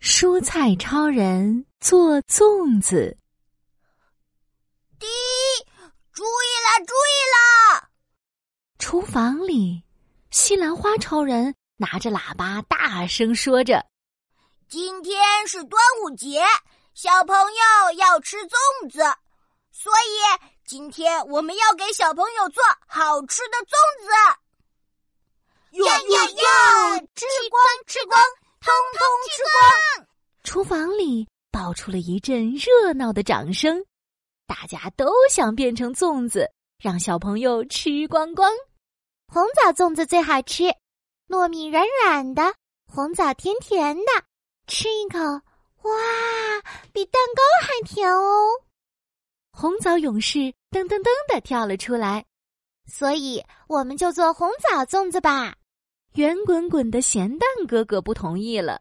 蔬菜超人做粽子。滴，注意啦，注意啦！厨房里，西兰花超人拿着喇叭大声说着今天是端午节，小朋友要吃粽子，所以今天我们要给小朋友做好吃的粽子。：“哟吃光吃光，通通吃光！”厨房里爆出了一阵热闹的掌声，大家都想变成粽子，让小朋友吃光光。红枣粽子最好吃，糯米软软的，红枣甜甜的，吃一口，哇，比蛋糕还甜哦！红枣勇士噔噔噔的跳了出来，所以我们就做红枣粽子吧。圆滚滚的咸蛋哥哥不同意了。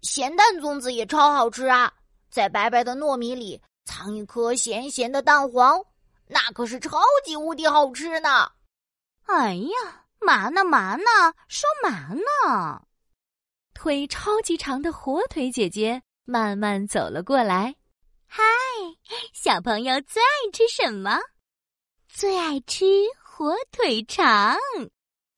咸蛋粽子也超好吃啊！在白白的糯米里藏一颗咸咸的蛋黄，那可是超级无敌好吃呢！哎呀，嘛呢嘛呢，说嘛呢？腿超级长的火腿姐姐慢慢走了过来。小朋友最爱吃什么？最爱吃火腿肠，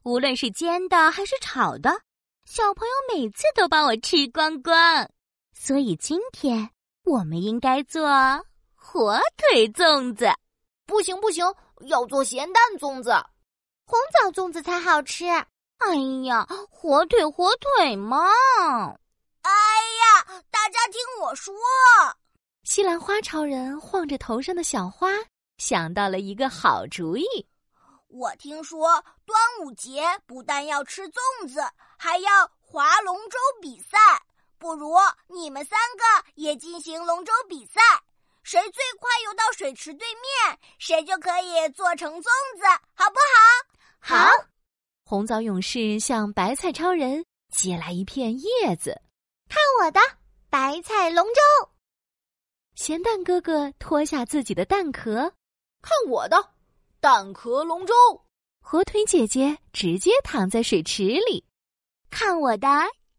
无论是煎的还是炒的，小朋友每次都把我吃光光。所以今天我们应该做火腿粽子，不行不行，要做咸蛋粽子。红枣粽子才好吃。哎呀，火腿火腿嘛！哎呀，大家听我说，西兰花超人晃着头上的小花，想到了一个好主意。我听说端午节不但要吃粽子，还要划龙舟比赛。不如你们三个也进行龙舟比赛，谁最快游到水池对面，谁就可以做成粽子，好不好？好，红枣勇士向白菜超人借来一片叶子，我的白菜龙舟，咸蛋哥哥脱下自己的蛋壳，看我的，蛋壳龙舟。火腿姐姐直接躺在水池里。看我的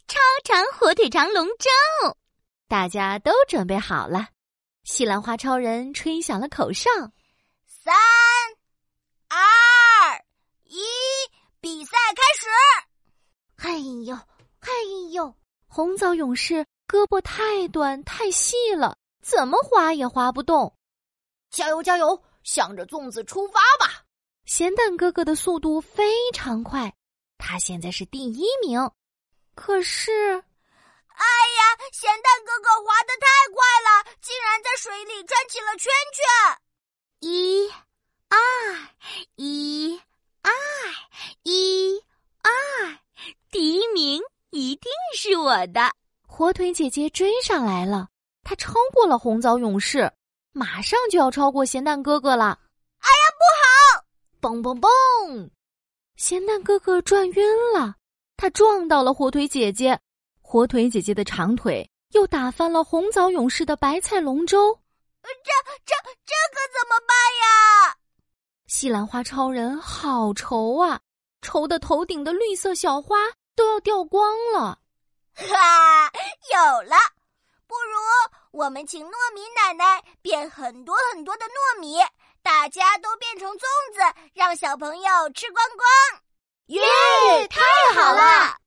超长火腿肠龙舟。大家都准备好了，西兰花超人吹响了口哨。三、二、一，比赛开始！哎呦，哎呦，红枣勇士胳膊太短太细了，怎么划也划不动。加油加油！向着粽子出发吧！咸蛋哥哥的速度非常快，他现在是第一名。可是哎呀，咸蛋哥哥滑得太快了，竟然在水里转起了圈圈。一、二、一、二、一、二，第一名一定是我的！火腿姐姐追上来了，她超过了红枣勇士，马上就要超过咸蛋哥哥了。哎呀，不好！蹦蹦蹦！咸蛋哥哥转晕了，他撞到了火腿姐姐，火腿姐姐的长腿又打翻了红枣勇士的白菜龙舟。这这可怎么办呀？西兰花超人好愁啊，愁的头顶的绿色小花都要掉光了。 哈，有了！不如我们请糯米奶奶变很多很多的糯米，大家都变成粽子，让小朋友吃光光。耶，太好了！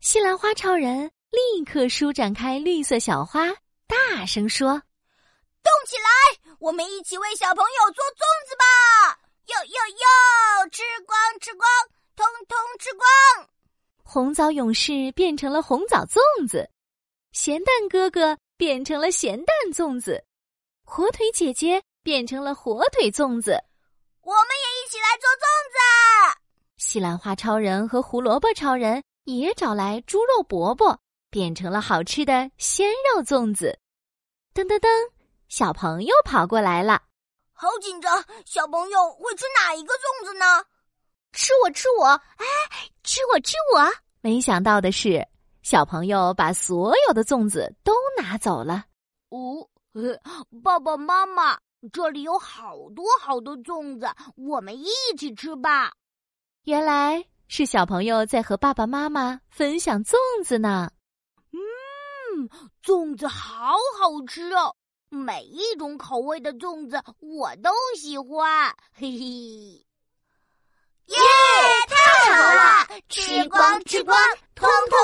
西兰花超人立刻舒展开绿色小花，大声说。动起来，我们一起为小朋友做粽子吧！哟哟哟，吃光吃光，通通吃光！红枣勇士变成了红枣粽子，咸蛋哥哥变成了咸蛋粽子，火腿姐姐变成了火腿粽子，我们也一起来做粽子。西兰花超人和胡萝卜超人也找来猪肉伯伯，变成了好吃的鲜肉粽子。噔噔噔，小朋友跑过来了，好紧张，小朋友会吃哪一个粽子呢？吃我，吃我！哎，吃我，吃我！没想到的是，小朋友把所有的粽子都拿走了。哦，呃爸爸妈妈，这里有好多好多粽子，我们一起吃吧。原来是小朋友在和爸爸妈妈分享粽子呢。嗯，嗯，粽子好好吃哦，每一种口味的粽子我都喜欢，嘿嘿。耶，太好了！吃光吃光，通通